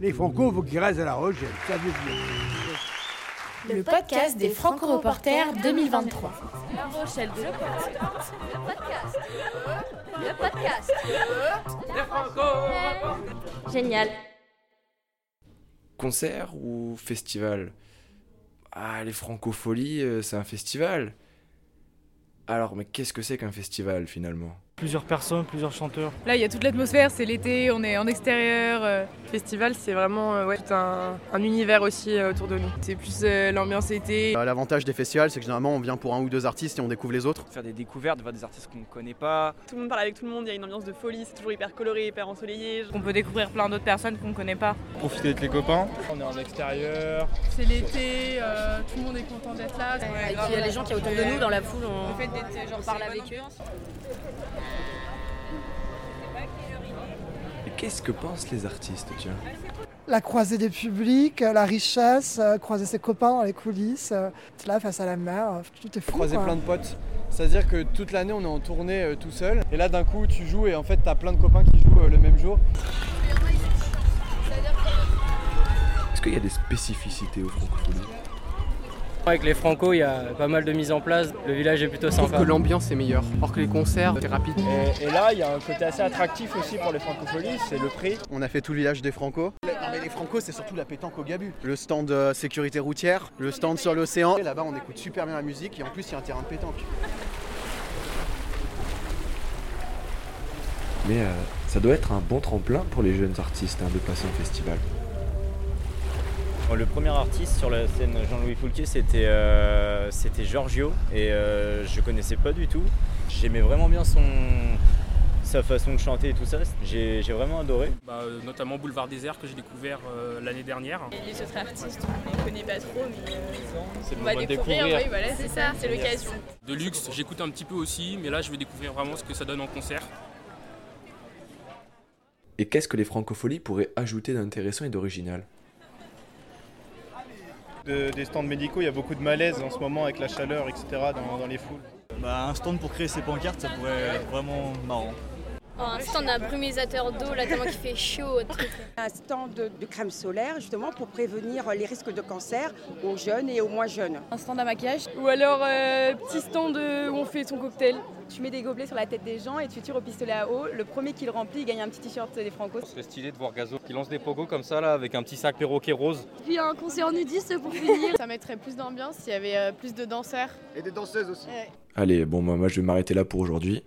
Les Franco, faut qu'ils restent à La Rochelle. Ça veut dire. Le podcast des Franco-Reporters 2023. La Rochelle de le podcast. Le podcast. Le podcast. Génial. Concert ou festival Ah, les francopholies, euh, c'est un festival. Alors, mais qu'est-ce que c'est qu'un festival finalement plusieurs personnes, plusieurs chanteurs. Là, il y a toute l'atmosphère, c'est l'été, on est en extérieur. euh, festival, c'est vraiment euh, ouais, tout un, un univers aussi euh, autour de nous. C'est plus euh, l'ambiance été. Euh, L'avantage des festivals, c'est que généralement on vient pour un ou deux artistes et on découvre les autres. faire des découvertes, voir des artistes qu'on ne connaît pas. Tout le monde parle avec tout le monde, il y a une ambiance de folie, c'est toujours hyper coloré, hyper ensoleillé. On peut découvrir plein d'autres personnes qu'on ne connaît pas. Profiter avec les copains. On est en extérieur. C'est l'été, euh, tout le monde est content d'être là. Et puis, il y a les gens qui sont autour de nous dans la foule. on- fait d'être genre parle avec eux. Et qu'est-ce que pensent les artistes, tiens la croisée des publics, euh, la richesse, euh, croiser ses copains dans les coulisses, euh, être là face à la mer, euh, tout est fou. croiser quoi. plein de potes. C'est-à-dire que toute l'année on est en tournée euh, tout seul et là d'un coup tu joues et en fait t'as plein de copains qui jouent euh, le même jour. Est-ce qu'il y a des spécificités aux francopholies Avec les Franco, il y a pas mal de mises en place. Le village est plutôt Je trouve que l'ambiance est meilleure, or que les concerts, c'est rapide. Et, là, il y a un côté assez attractif aussi pour les francopholies, c'est le prix. On a fait tout le village des Franco. mais les Franco, c'est surtout la pétanque au Gabu. Le stand euh, sécurité routière, le stand sur l'océan. Et Là-bas, on écoute super bien la musique et en plus, il y a un terrain de pétanque. Mais euh, ça doit être un bon tremplin pour les jeunes artistes hein, de passer un festival. Le premier artiste sur la scène Jean-Louis Foulquier, c'était euh, c'était Giorgio et euh, je connaissais pas du tout. J'aimais vraiment bien son sa façon de chanter et tout ça. J'ai j'ai vraiment adoré. bah, euh, notamment Boulevard Désert que j'ai découvert euh, l'année dernière. Les autres artistes, on les connaît pas trop, mais euh, C'est oui, voilà, c'est ça, c'est l'occasion. De luxe, j'écoute un petit peu aussi, mais là, je vais découvrir vraiment ce que ça donne en concert. Et qu'est-ce que les francopholies pourraient ajouter d'intéressant et d'original des stands médicaux, il y a beaucoup de malaise en ce moment avec la chaleur, etc. dans, les foules. un stand pour créer ses pancartes ça pourrait être vraiment marrant. Oh, Un stand d'un brumisateur d'eau, là, tellement qu'il fait chaud. Un stand de, crème solaire justement pour prévenir les risques de cancer aux jeunes et aux moins jeunes. Un stand à maquillage. Ou alors, euh, petit stand euh, où on fait son cocktail. Tu mets des gobelets sur la tête des gens et tu tires au pistolet à eau. Le premier qui le remplit il gagne un petit t-shirt des Franco. C'est stylé de voir Gazo qui lance des pogos comme ça là avec un petit sac perroquet rose. Puis un concert nudiste pour finir. Ça mettrait plus d'ambiance s'il y avait euh, plus de danseurs. Et des danseuses aussi. Allez, bon, moi, moi, je vais m'arrêter là pour aujourd'hui.